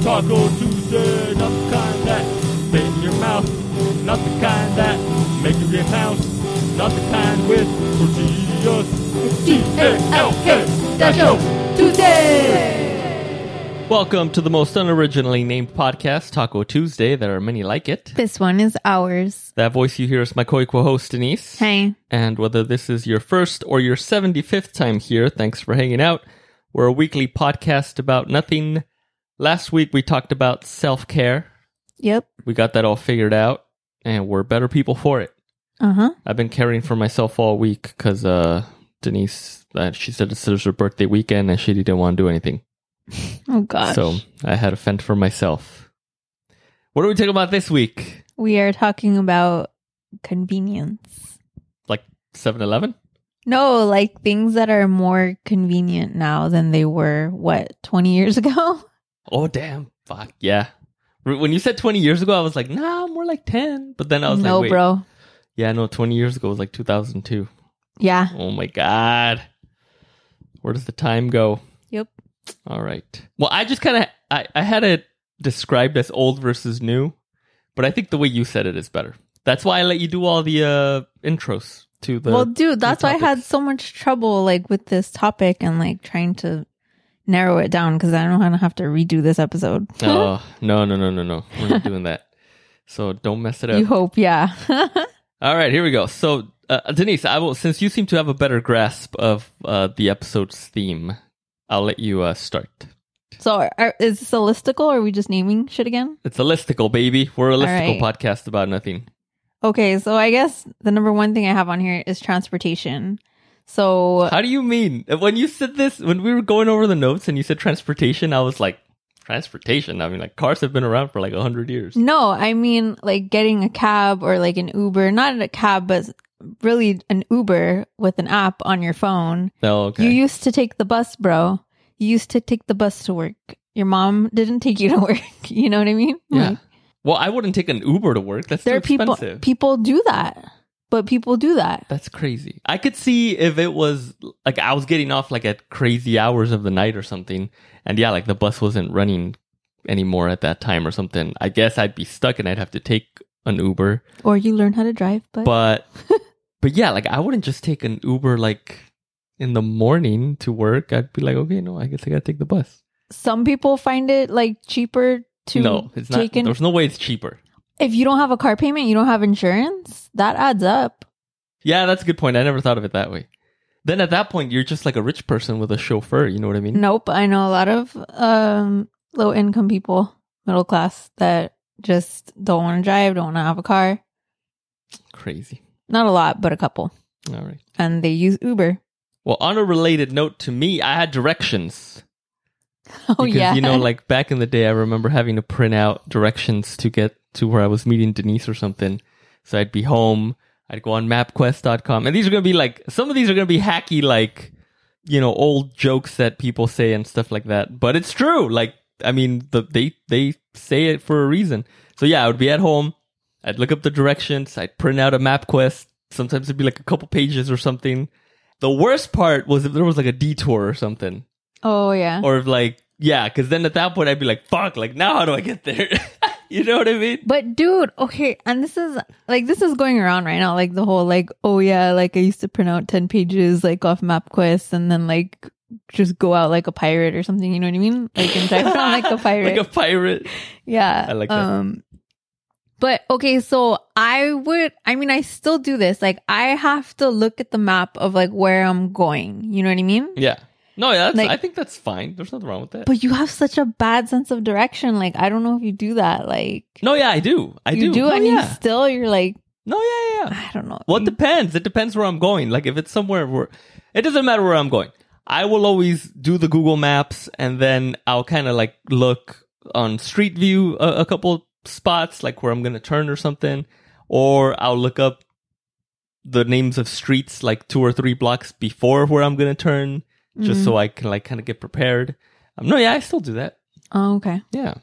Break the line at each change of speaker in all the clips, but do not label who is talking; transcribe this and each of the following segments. Taco Tuesday, not the kind that spit in your mouth, not the kind that make you get pounced, not the kind with tortillas. T-A-L-K,
Taco Tuesday.
Welcome to the most unoriginally named podcast, Taco Tuesday. There are many like it.
This one is ours.
That voice you hear is my Koiko host, Denise.
Hey,
And whether this is your first or your 75th time here, thanks for hanging out. We're a weekly podcast about nothing. Last week we talked about self care.
yep.
We got that all figured out, and we're better people for it.
Uh huh.
I've been caring for myself all week because uh, Denise, uh, she said it's her birthday weekend and she didn't want to do anything.
Oh gosh.
So I had a fend for myself. What are we talking about this week?
we are talking about convenience.
Like 7 Eleven?
No, like things that are more convenient now than they were what twenty years ago.
Oh, damn. Fuck. Yeah. R- When you said 20 years ago, I was like, nah, more like 10. But then I was
no,
like, wait.
bro.
Yeah, no, 20 years ago was like 2002.
Yeah.
Oh my God. Where does the time go?
Yep.
All right. Well, I just kind of, I, I had it described as old versus new, but I think the way you said it is better. That's why I let you do all the uh, intros to the.
well, dude, that's why I had
topics.
so much trouble like with this topic and like trying to narrow it down because I don't want to have to redo this episode.
Oh, no, no, no, no, no. We're not doing that. So don't mess it up.
you hope, yeah.
All right, here we go. So, uh, Denise, I will since you seem to have a better grasp of uh, the episode's theme, I'll let you uh, start.
so, are- are, is this a listicle? Or are we just naming shit again?
It's a listicle, baby. We're a
All
listicle
right.
podcast about nothing.
Okay, so I guess the number one thing I have on here is transportation. So
How do you mean? When you said this, when we were going over the notes and you said transportation, I was like, transportation. I mean, like cars have been around for like a hundred years.
no, I mean like getting a cab or like an Uber, not a cab, but really an Uber with an app on your phone.
No, okay.
You used to take the bus, bro. You used to take the bus to work. Your mom didn't take you to work. You know what I mean?
yeah.
Like,
well, I wouldn't take an Uber to work. That's
there
too
are people
expensive.
people do that. But people do that.
That's crazy. I could see if it was like I was getting off like at crazy hours of the night or something, and yeah, like the bus wasn't running anymore at that time or something. I guess I'd be stuck and I'd have to take an Uber.
Or you learn how to drive, but,
But but yeah, like I wouldn't just take an Uber like in the morning to work. I'd be like, okay, no, I guess I gotta take the bus.
some people find it like cheaper to
no, it's not.
take an
There's no way it's cheaper.
if you don't have a car payment, you don't have insurance. That adds up.
Yeah, that's a good point. I never thought of it that way. Then at that point, you're just like a rich person with a chauffeur. You know what I mean?
Nope, I know a lot of um, low income people, middle class that just don't want to drive, don't want to have a car.
Crazy.
Not a lot, but a couple,
All right.
and they use Uber.
Well, on a related note to me, I had directions.
Oh
because,
yeah,
You know, like back in the day, I remember having to print out directions to get to where I was meeting Denise or something. So I'd be home, I'd go on mapquest.com. And these are going to be like, some of these are going to be hacky, like, you know, old jokes that people say and stuff like that. But it's true. Like, I mean, the, they, they say it for a reason. So yeah, I would be at home. I'd look up the directions. I'd print out a map quest. Sometimes it'd be like a couple pages or something. The worst part was if there was like a detour or something
oh yeah,
or if like yeah because then at that point i'd be like fuck like now how do i get there you know what i mean
But dude, okay, and this is like this is going around right now, like the whole like, oh yeah, like I used to print out ten pages like off MapQuest and then like just go out like a pirate or something, you know what I mean? Like and drive around like a pirate.
like a pirate
yeah.
I like that.
Um but okay, so I would I mean I still do this. Like I have to look at the map of like where I'm going. You know what I mean?
yeah no yeah that's,
Like-
i think that's fine there's nothing wrong with that
But you have such a bad sense of direction. Like I don't know if you do that. Like
no yeah i do i
you do,
no,
and you
yeah.
still you're like,
no yeah yeah, yeah
I don't know.
well it depends it depends where i'm going like if it's somewhere where it doesn't matter where i'm going i will always do the google maps and then i'll kind of like look on street view a, a couple spots like where i'm gonna turn or something or i'll look up the names of streets like two or three blocks before where i'm gonna turn just
Mm-hmm.
so i can like kind of get prepared um, no yeah i still do that
Oh, okay.
yeah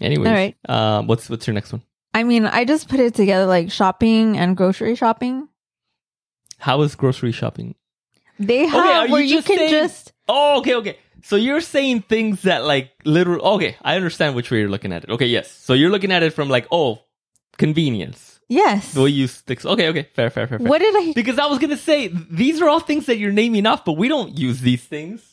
anyways
All right.
um, what's what's your next one
I mean, I just put it together like shopping and grocery shopping.
how is grocery shopping
They
are
have
you
Ah, where you
just
can
saying-
just
Oh, okay, okay. So you're saying things that like literal. Okay, I understand which way you're looking at it. Okay, yes. So you're looking at it from like, oh, convenience.
Yes.
The way you stick. Okay, okay, fair, fair, fair, fair.
What did I?
Because I was gonna say th- these are all things that you're naming off, but we don't use these things.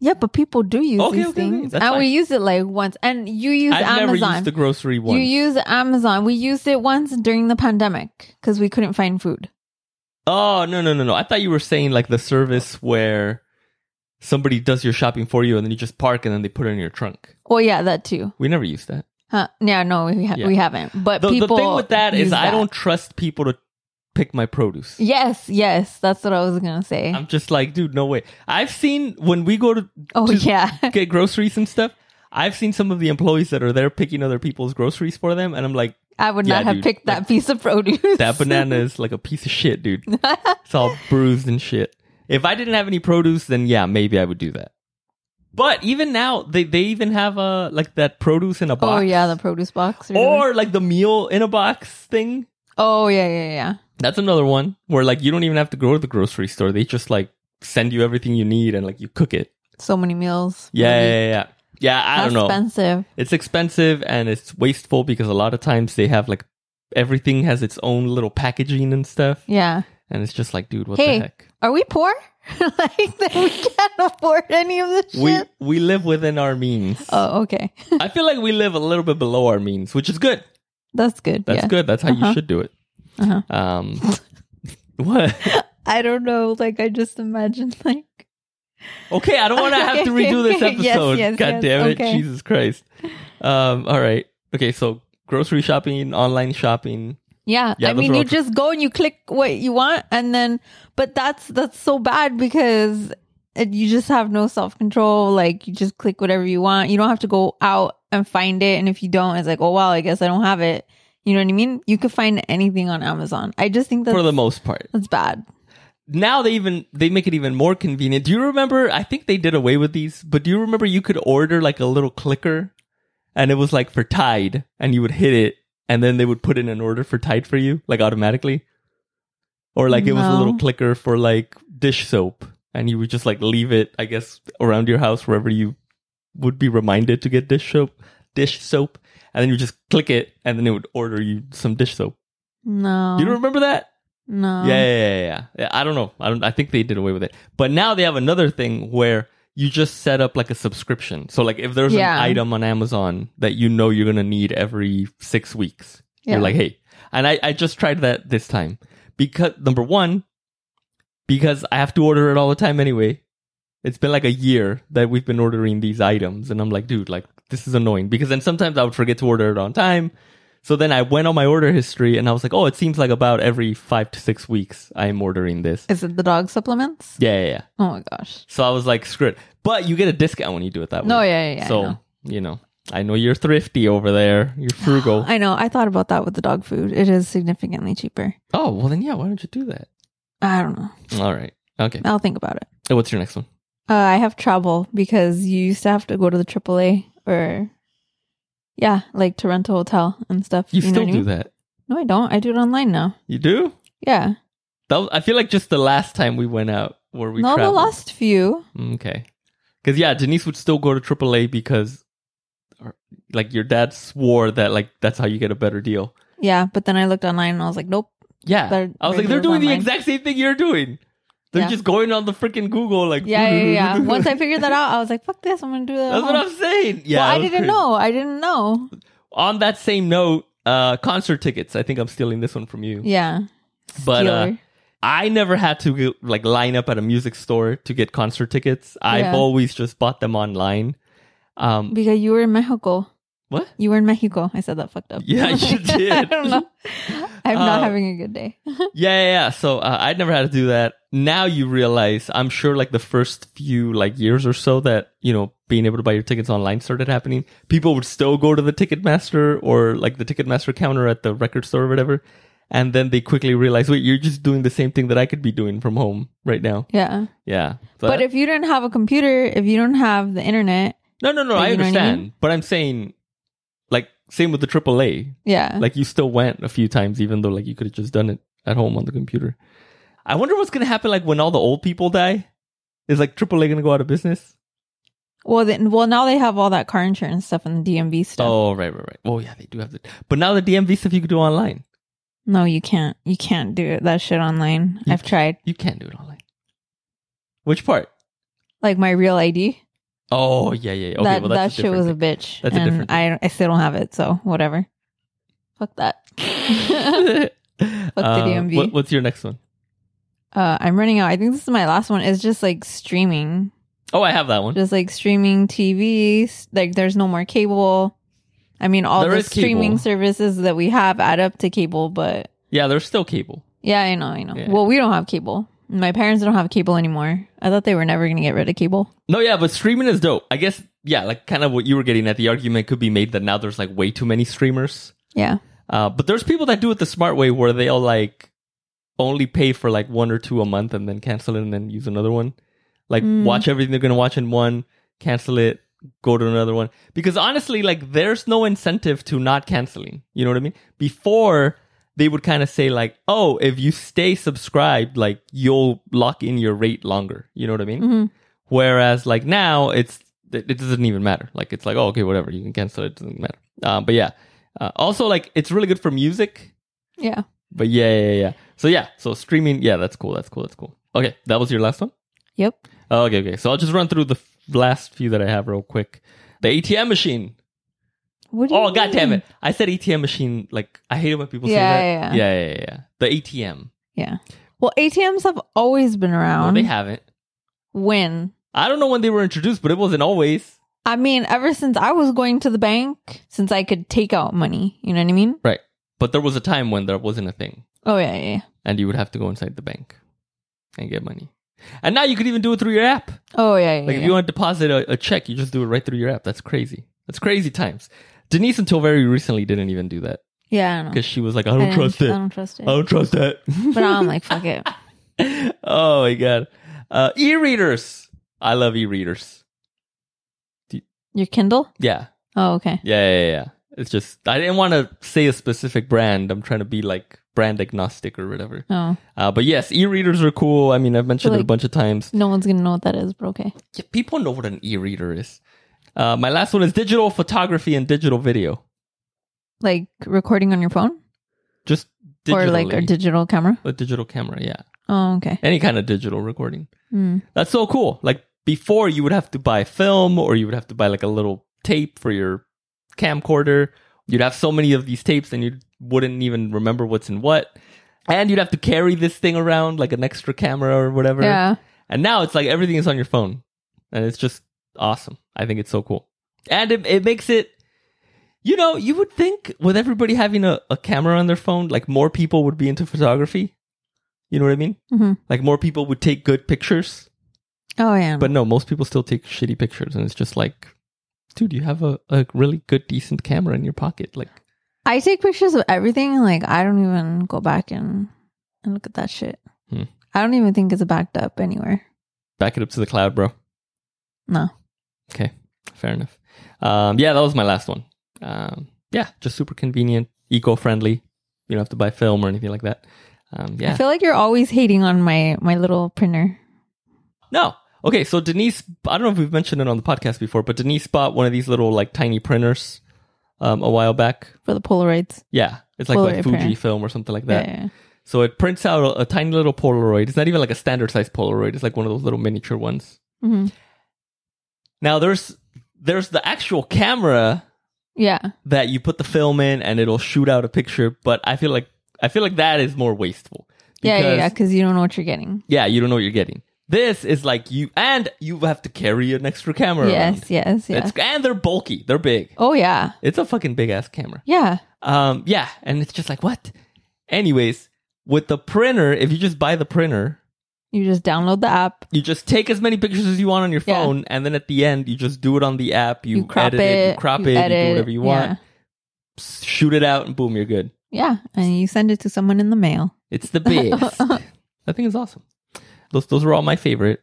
Yeah, but people do use
Okay,
these
okay, okay.
things,
That's
and we
fine.
use it like once. And you use
I've
Amazon.
never used the grocery one.
You use Amazon. We used it once during the pandemic because we couldn't find food.
oh no, no, no, no! I thought you were saying like the service where somebody does your shopping for you, and then you just park, and then they put it in your trunk.
Well, Oh, yeah, that too.
We never use that.
Huh? Yeah, no, we, ha-
Yeah.
we haven't. But
The, the
people.
thing with that
use
is I don't trust people to pick my produce.
Yes, yes, that's what I was gonna say.
I'm just like, dude, no way. I've seen when we go to
oh
to
yeah,
get groceries and stuff. I've seen some of the employees that are there picking other people's groceries for them, and I'm like,
I would
yeah,
not have
dude,
picked that
like,
piece of produce.
that banana is like a piece of shit, dude. It's all bruised and shit. If I didn't have any produce, then yeah, maybe I would do that. But even now, they they even have a like that produce in a
oh
box.
yeah, the produce box. whatever.
or like the meal in a box thing.
oh yeah, yeah, yeah.
That's another one where like you don't even have to go to the grocery store. They just like send you everything you need and like you cook it.
So many meals.
Yeah, yeah, yeah. yeah. Yeah, I
How
don't know.
Expensive.
It's expensive and it's wasteful because a lot of times they have like everything has its own little packaging and stuff,
Yeah.
and it's just like, dude, what
Hey.
the heck?
Are we poor? like that we can't afford any of this
We
shit.
we live within our means.
Oh, okay.
I feel like we live a little bit below our means, which is good.
That's good.
That's
yeah.
good. That's how
Uh-huh.
you should do it.
Uh-huh.
Um, what?
I don't know. Like I just imagined like
Okay, I don't want to have to
Okay,
redo this
okay. Yes,
episode.
yes,
God
yes.
damn it,
Okay.
Jesus Christ! Um, all right. Okay, so grocery shopping, online shopping.
yeah,
Yeah,
I
those
mean
are
you
all tr-
just go and you click what you want and then but that's that's so bad because it, you just have no self-control like you just click whatever you want. You don't have to go out and find it and if you don't it's like, "Oh wow, I guess I don't have it." You know what I mean? You could find anything on Amazon. I just think that's,
for the most part.
that's bad.
Now they even they make it even more convenient. Do you remember? I think they did away with these, but do you remember you could order like a little clicker, and it was like for Tide, and you would hit it, and then they would put in an order for Tide for you, like automatically, or like it was a
No.
little clicker for like dish soap, and you would just like leave it, I guess, around your house wherever you would be reminded to get dish soap, dish soap, and then you just click it, and then it would order you some dish soap.
No.
Do you remember that?
No.
Yeah, yeah, yeah, yeah, yeah. I don't know. I don't. I think they did away with it. But now they have another thing where you just set up like a subscription. So like if there's
Yeah.
an item on Amazon that you know you're gonna need every six weeks,
Yeah.
you're like, hey. And I I just tried that this time because number one, because I have to order it all the time anyway. It's been like a year that we've been ordering these items, and I'm like, dude, like this is annoying because then sometimes I would forget to order it on time. So then I went on my order history and I was like, oh, it seems like about every five to six weeks I'm ordering this.
Is it the dog supplements?
Yeah, yeah, yeah.
Oh my gosh.
So I was like, screw it. But you get a discount when you do it that way.
No, yeah, yeah, yeah.
so,
I know.
you know, I know you're thrifty over there. You're frugal.
I know. I thought about that with the dog food. It is significantly cheaper.
oh, well, then, yeah, why don't you do that?
I don't know.
All right. Okay.
I'll think about it.
Uh, What's your next one?
Uh, I have travel because you used to have to go to the AAA or, yeah, like to rent a hotel and stuff.
You,
know
still
what I
do
mean?
that.
No, I don't. I do it online now.
You do?
Yeah.
That was, I feel like just the last time we went out where we
no,
traveled. Mm,
the last few.
Okay. Because, yeah, Denise would still go to AAA because, or, like, your dad swore that, like, that's how you get a better deal.
Yeah, but then I looked online and I was like, nope.
Yeah.
They're-
I was
they're
like, they're doing
doing
the
online.
exact same thing you're doing. They're
Yeah.
just going on the freaking Google, like,
Yeah, yeah, yeah. Once I figured that out, I was like, fuck this. I'm going to do that. at
That's what
home.
I'm saying. Yeah.
well, I
it was
didn't
crazy.
know. I didn't know.
On that same note, uh, concert tickets. I think I'm stealing this one from you.
Yeah.
But, uh,
Stealer.
I never had to go, like line up at a music store to get concert tickets. I've
Yeah.
always just bought them online. Um,
because you were in Mexico.
what?
You were in Mexico. I said that fucked up.
Yeah, you did.
I don't know. I'm
Uh,
not having a good day.
Yeah, yeah, yeah. So uh, I'd never had to do that. Now you realize, I'm sure, like the first few like years or so that you know being able to buy your tickets online started happening, people would still go to the Ticketmaster or like the Ticketmaster counter at the record store or whatever, and then they quickly realize, wait, you're just doing the same thing that I could be doing from home right now.
yeah.
Yeah,
But, if you don't have a computer, if you don't have the internet,
no, no, no,
But
I
you know what I
understand.
mean?
But I'm saying, like, same with the AAA.
yeah.
like you still went a few times even though like you could have just done it at home on the computer i wonder what's gonna happen like when all the old people die is like aaa gonna go out of business
Well, then, well, now they have all that car insurance stuff and the DMV stuff.
Oh, right, right, right. Oh, yeah, they do have the. But now the DMV stuff you can do online.
No, you can't. You can't do it, that shit online.
You
I've tried.
You can't do it online. Which part?
Like my real ID.
Oh, yeah, yeah. yeah. Okay,
that
well,
that
that's a
shit was
different
a bitch.
That's a
and
different
I I still don't have it, so whatever. Fuck that. uh,
thing.
the
Uh,
DMV.
what- what's your next one?
Uh, I'm running out. I think this is my last one. It's just like streaming.
Oh, I have that one.
Just like streaming TV. s- Like there's no more cable. I mean, all
There
the
is cable.
streaming services that we have add up to cable, but
Yeah, there's still cable.
yeah, I know, I know.
Yeah.
Well, we don't have cable. My parents don't have cable anymore. I thought they were never going to get rid of cable.
No, yeah, but streaming is dope. I guess, yeah, like kind of what you were getting at. The argument could be made that now there's like way too many streamers.
Yeah.
Uh, but there's people that do it the smart way where they'll like only pay for like one or two a month and then cancel it and then use another one. Like
Mm.
watch everything they're gonna watch in one, cancel it, go to another one. Because honestly, like there's no incentive to not canceling. You know what I mean? Before they would kind of say like, oh, if you stay subscribed, like you'll lock in your rate longer. You know what I mean?
hmm
Whereas like now it's it it doesn't even matter. Like it's like oh okay whatever you can cancel it, it doesn't matter. Uh, but yeah, uh, also like it's really good for music.
Yeah.
But yeah yeah yeah, yeah. So yeah so streaming yeah that's cool that's cool that's cool. Okay that was your last one. Oh,
Yep.
Okay okay so I'll just run through the f- last few that I have real quick. The ATM machine.
What do you
Oh god damn
mean?
it! I said ATM machine. Like I hate it when people
Yeah,
say that.
yeah,
Yeah yeah yeah. yeah. The ATM.
Yeah. Well, ATMs have always been
No,
around.
they haven't.
When?
I don't know when they were introduced, but it wasn't always.
I mean, ever since I was going to the bank, since I could take out money, you know what I mean?
Right. But there was a time when there wasn't a thing.
Oh yeah, yeah. yeah.
and you would have to go inside the bank and get money. And now you could even do it through your app.
Oh yeah, yeah.
Like if
yeah.
you want to deposit a, a check, you just do it right through your app. That's crazy. That's crazy times. Denise until very recently didn't even do that
yeah, I don't know.
because she was like, I don't
I
trust
don't,
it. Oh. I
I don't trust it.
don't trust that.
But now I'm like, fuck it.
oh my god. Uh, e-readers. I love e-readers.
Your Kindle?
Yeah.
Oh okay.
Yeah, yeah, yeah, yeah. It's just I didn't want to say a specific brand. I'm trying to be like brand agnostic or whatever.
Oh,
Uh, but yes, e-readers are cool. I mean, I've mentioned it a
like-
bunch of times.
no one's gonna know what that is, but okay.
Yeah, people know what an e-reader is. Uh, my last one is digital photography and digital video.
Like recording on your phone
Just digitally.
or like a digital camera.
a digital camera, yeah.
Oh okay.
Any kind of digital recording.
Hmm.
That's so cool. Like before you would have to buy film or you would have to buy like a little tape for your camcorder. You'd have so many of these tapes and you wouldn't even remember what's in what. And you'd have to carry this thing around like an extra camera or whatever.
Yeah.
And now it's like everything is on your phone. And it's just awesome. I think it's so cool. And it, it makes it, you know, you would think with everybody having a, a camera on their phone, like more people would be into photography. You know what I mean?
hmm
Like more people would take good pictures.
Oh yeah.
But no, most people still take shitty pictures. And it's just like, dude, you have a, a really good, decent camera in your pocket. Like,
I take pictures of everything. and, Like I don't even go back and and look at that shit.
Hmm.
I don't even think it's backed up anywhere.
back it up to the cloud, bro.
No.
Okay, fair enough. Um, yeah, that was my last one. Um, yeah, just super convenient, eco-friendly. You don't have to buy film or anything like that. Um,
I
yeah.
feel like you're always hating on my my little printer.
No. Okay, so Denise, I don't know if we've mentioned it on the podcast before, but Denise bought one of these little like tiny printers um, a while back.
for the Polaroids.
Yeah, it's like
Polaroid
by Fuji
printer.
Film or something like
Yeah,
that.
yeah,
So it prints out a, a tiny little Polaroid. It's not even like a standard size Polaroid. It's like one of those little miniature ones.
yeah. Mhm.
Now there's there's the actual camera
yeah.
that you put the film in and it'll shoot out a picture, but I feel like I feel like that is more wasteful.
yeah, yeah,
Because-
yeah, because you don't know what you're getting.
yeah, you don't know what you're getting. This is like you and you have to carry an extra camera.
Yes, yes,
around.
yes.
It's, and they're bulky. They're big.
Oh yeah,
It's a fucking big ass camera.
yeah.
Um, yeah, and it's just like what? Anyways, with the printer, if you just buy the printer,
You just download the app.
you just take as many pictures as you want on your
Yeah.
phone, and then at the end, you just do it on the app. You,
You, crop
edit
it,
it, you crop it, you do whatever you want,
Yeah.
shoot it out, and boom, you're good.
Yeah, and you send it to someone in the mail.
It's the best. I think it's awesome. Those those are all my favorite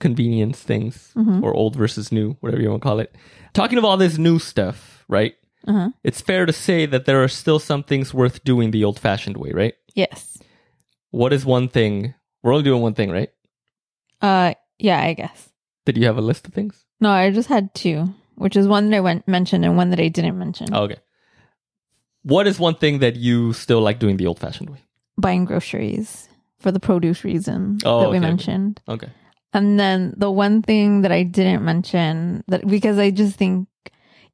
convenience things,
Mhm.
or old versus new, whatever you want to call it. Talking of all this new stuff, right?
Uh-huh.
It's fair to say that there are still some things worth doing the old fashioned way, right?
Yes.
What is one thing? We're only doing one thing, right?
Uh, yeah, I guess.
Did you have a list of things?
No, I just had two, which is one that I went mentioned and one that I didn't mention.
Oh, okay. What is one thing that you still like doing the old fashioned way?
Buying groceries for the produce reason
Oh,
that we
okay, okay.
mentioned.
Okay.
And then the one thing that I didn't mention that because I just think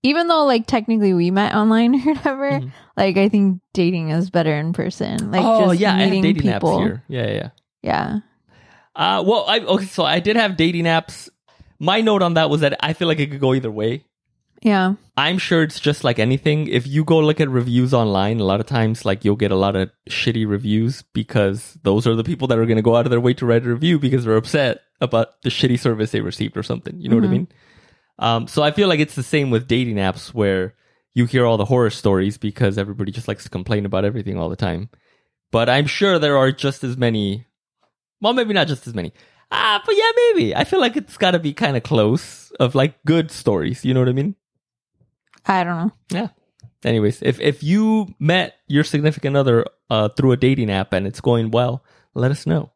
even though like technically we met online or whatever,
Mhm.
like I think dating is better in person. Like
oh
just
yeah, I have
meeting
dating
people.
apps here. Yeah, yeah. yeah.
Yeah.
Uh, well, I okay. So I did have dating apps. My note on that was that I feel like it could go either way.
Yeah.
I'm sure it's just like anything. If you go look at reviews online, a lot of times, like you'll get a lot of shitty reviews because those are the people that are going to go out of their way to write a review because they're upset about the shitty service they received or something. You know what I mean? Um, so I feel like it's the same with dating apps where you hear all the horror stories because everybody just likes to complain about everything all the time. But I'm sure there are just as many. Well, maybe not just as many. Ah, but yeah, maybe. I feel like it's got to be kind of close of like good stories. You know what I mean?
I don't know.
Yeah. Anyways, if if you met your significant other uh, through a dating app and it's going well, let us know.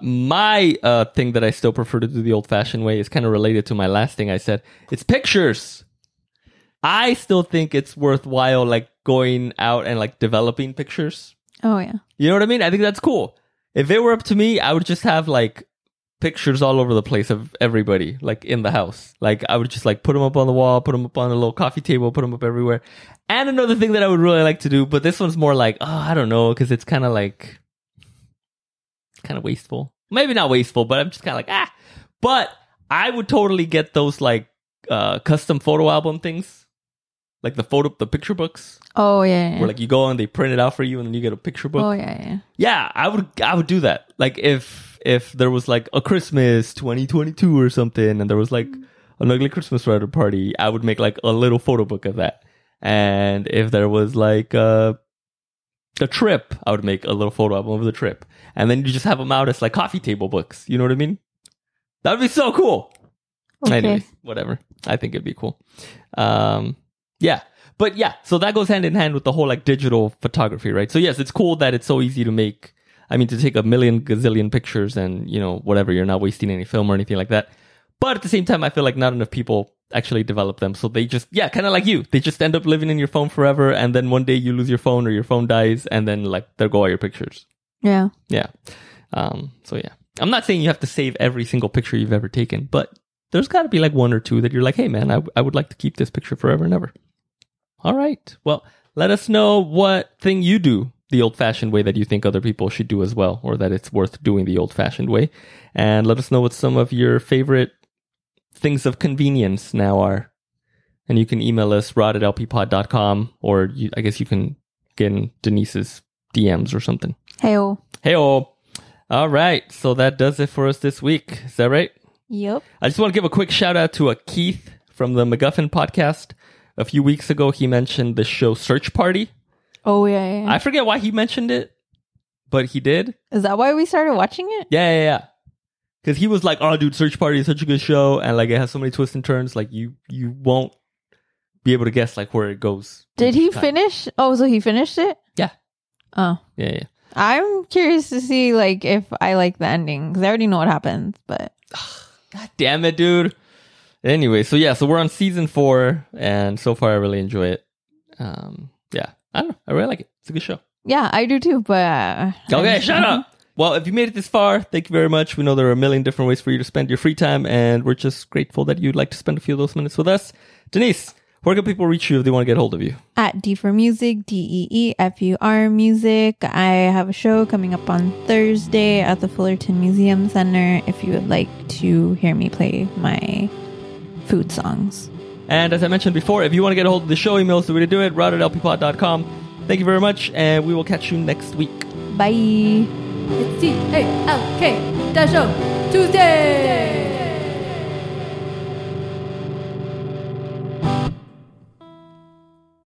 My uh, thing that I still prefer to do the old fashioned way is kind of related to my last thing I said. It's pictures. I still think it's worthwhile, like going out and like developing pictures.
Oh yeah.
You know what I mean? I think that's cool. If it were up to me, I would just have like pictures all over the place of everybody, like in the house. Like I would just like put them up on the wall, put them up on a little coffee table, put them up everywhere. And another thing that I would really like to do, but this one's more like, oh, I don't know, because it's kind of like kind of wasteful. Maybe not wasteful, but I'm just kind of like, ah. But I would totally get those like uh custom photo album things, like the photo, the picture books,
Oh yeah. yeah.
where like you go and they print it out for you, and then you get a picture book.
oh yeah, yeah.
Yeah, I would I would do that. Like if if there was like a Christmas 2022 or something and there was like an ugly Christmas writer party, I would make like a little photo book of that. And if there was like a a trip, I would make a little photo album of the trip. And then you just have them out as like coffee table books. You know what I mean? That would be so cool.
Okay.
Anyways, whatever. I think it'd be cool. Um, yeah. But yeah, so that goes hand in hand with the whole like digital photography, right? So yes, it's cool that it's so easy to make. I mean, to take a million gazillion pictures and you know whatever, you're not wasting any film or anything like that. But at the same time, I feel like not enough people actually develop them, so they just yeah, kind of like you, they just end up living in your phone forever, and then one day you lose your phone or your phone dies, and then like there go all your pictures.
Yeah.
Yeah. Um, so yeah, I'm not saying you have to save every single picture you've ever taken, but there's got to be like one or two that you're like, hey man, I, I would like to keep this picture forever and ever. All right. Well, let us know what thing you do the old fashioned way that you think other people should do as well, or that it's worth doing the old fashioned way. And let us know what some of your favorite things of convenience now are. And you can email us rod at lppod.com, or you, I guess you can get in Denise's DMs or something.
Hey oh.
Hey, all right. So that does it for us this week. Is that right?
Yep.
I just want to give a quick shout out to a Keith from the MacGuffin podcast. A few weeks ago, he mentioned the show Search Party.
Oh yeah, yeah.
I forget why he mentioned it, but he did.
Is that why we started watching it?
Yeah, yeah, yeah. Because he was like, "Oh, dude, Search Party is such a good show, and like it has so many twists and turns. Like you, you won't be able to guess like where it goes."
Did
each
he
time."
finish? Oh, so he finished it?
Yeah.
Oh.
Yeah, yeah.
I'm curious to see like if I like the ending cuz I already know what happens, but
God damn it, dude. Anyway, so yeah, so we're on season four, and so far I really enjoy it. Um, yeah, I don't know. I really like it. It's a good show.
yeah, I do too, but uh,
Okay, shut up. Well, if you made it this far, thank you very much. We know there are a million different ways for you to spend your free time, and we're just grateful that you'd like to spend a few of those minutes with us. Denise, where can people reach you if they want to get hold of you?
At D for Music, D E E F U R Music. I have a show coming up on Thursday at the Fullerton Museum Center if you would like to hear me play my food songs.
And as I mentioned before, if you want to get a hold of the show, email us the way to do it, route at lppod.com. Thank you very much, and we will catch you next week.
Bye.
It's T A L K Dash O Tuesday.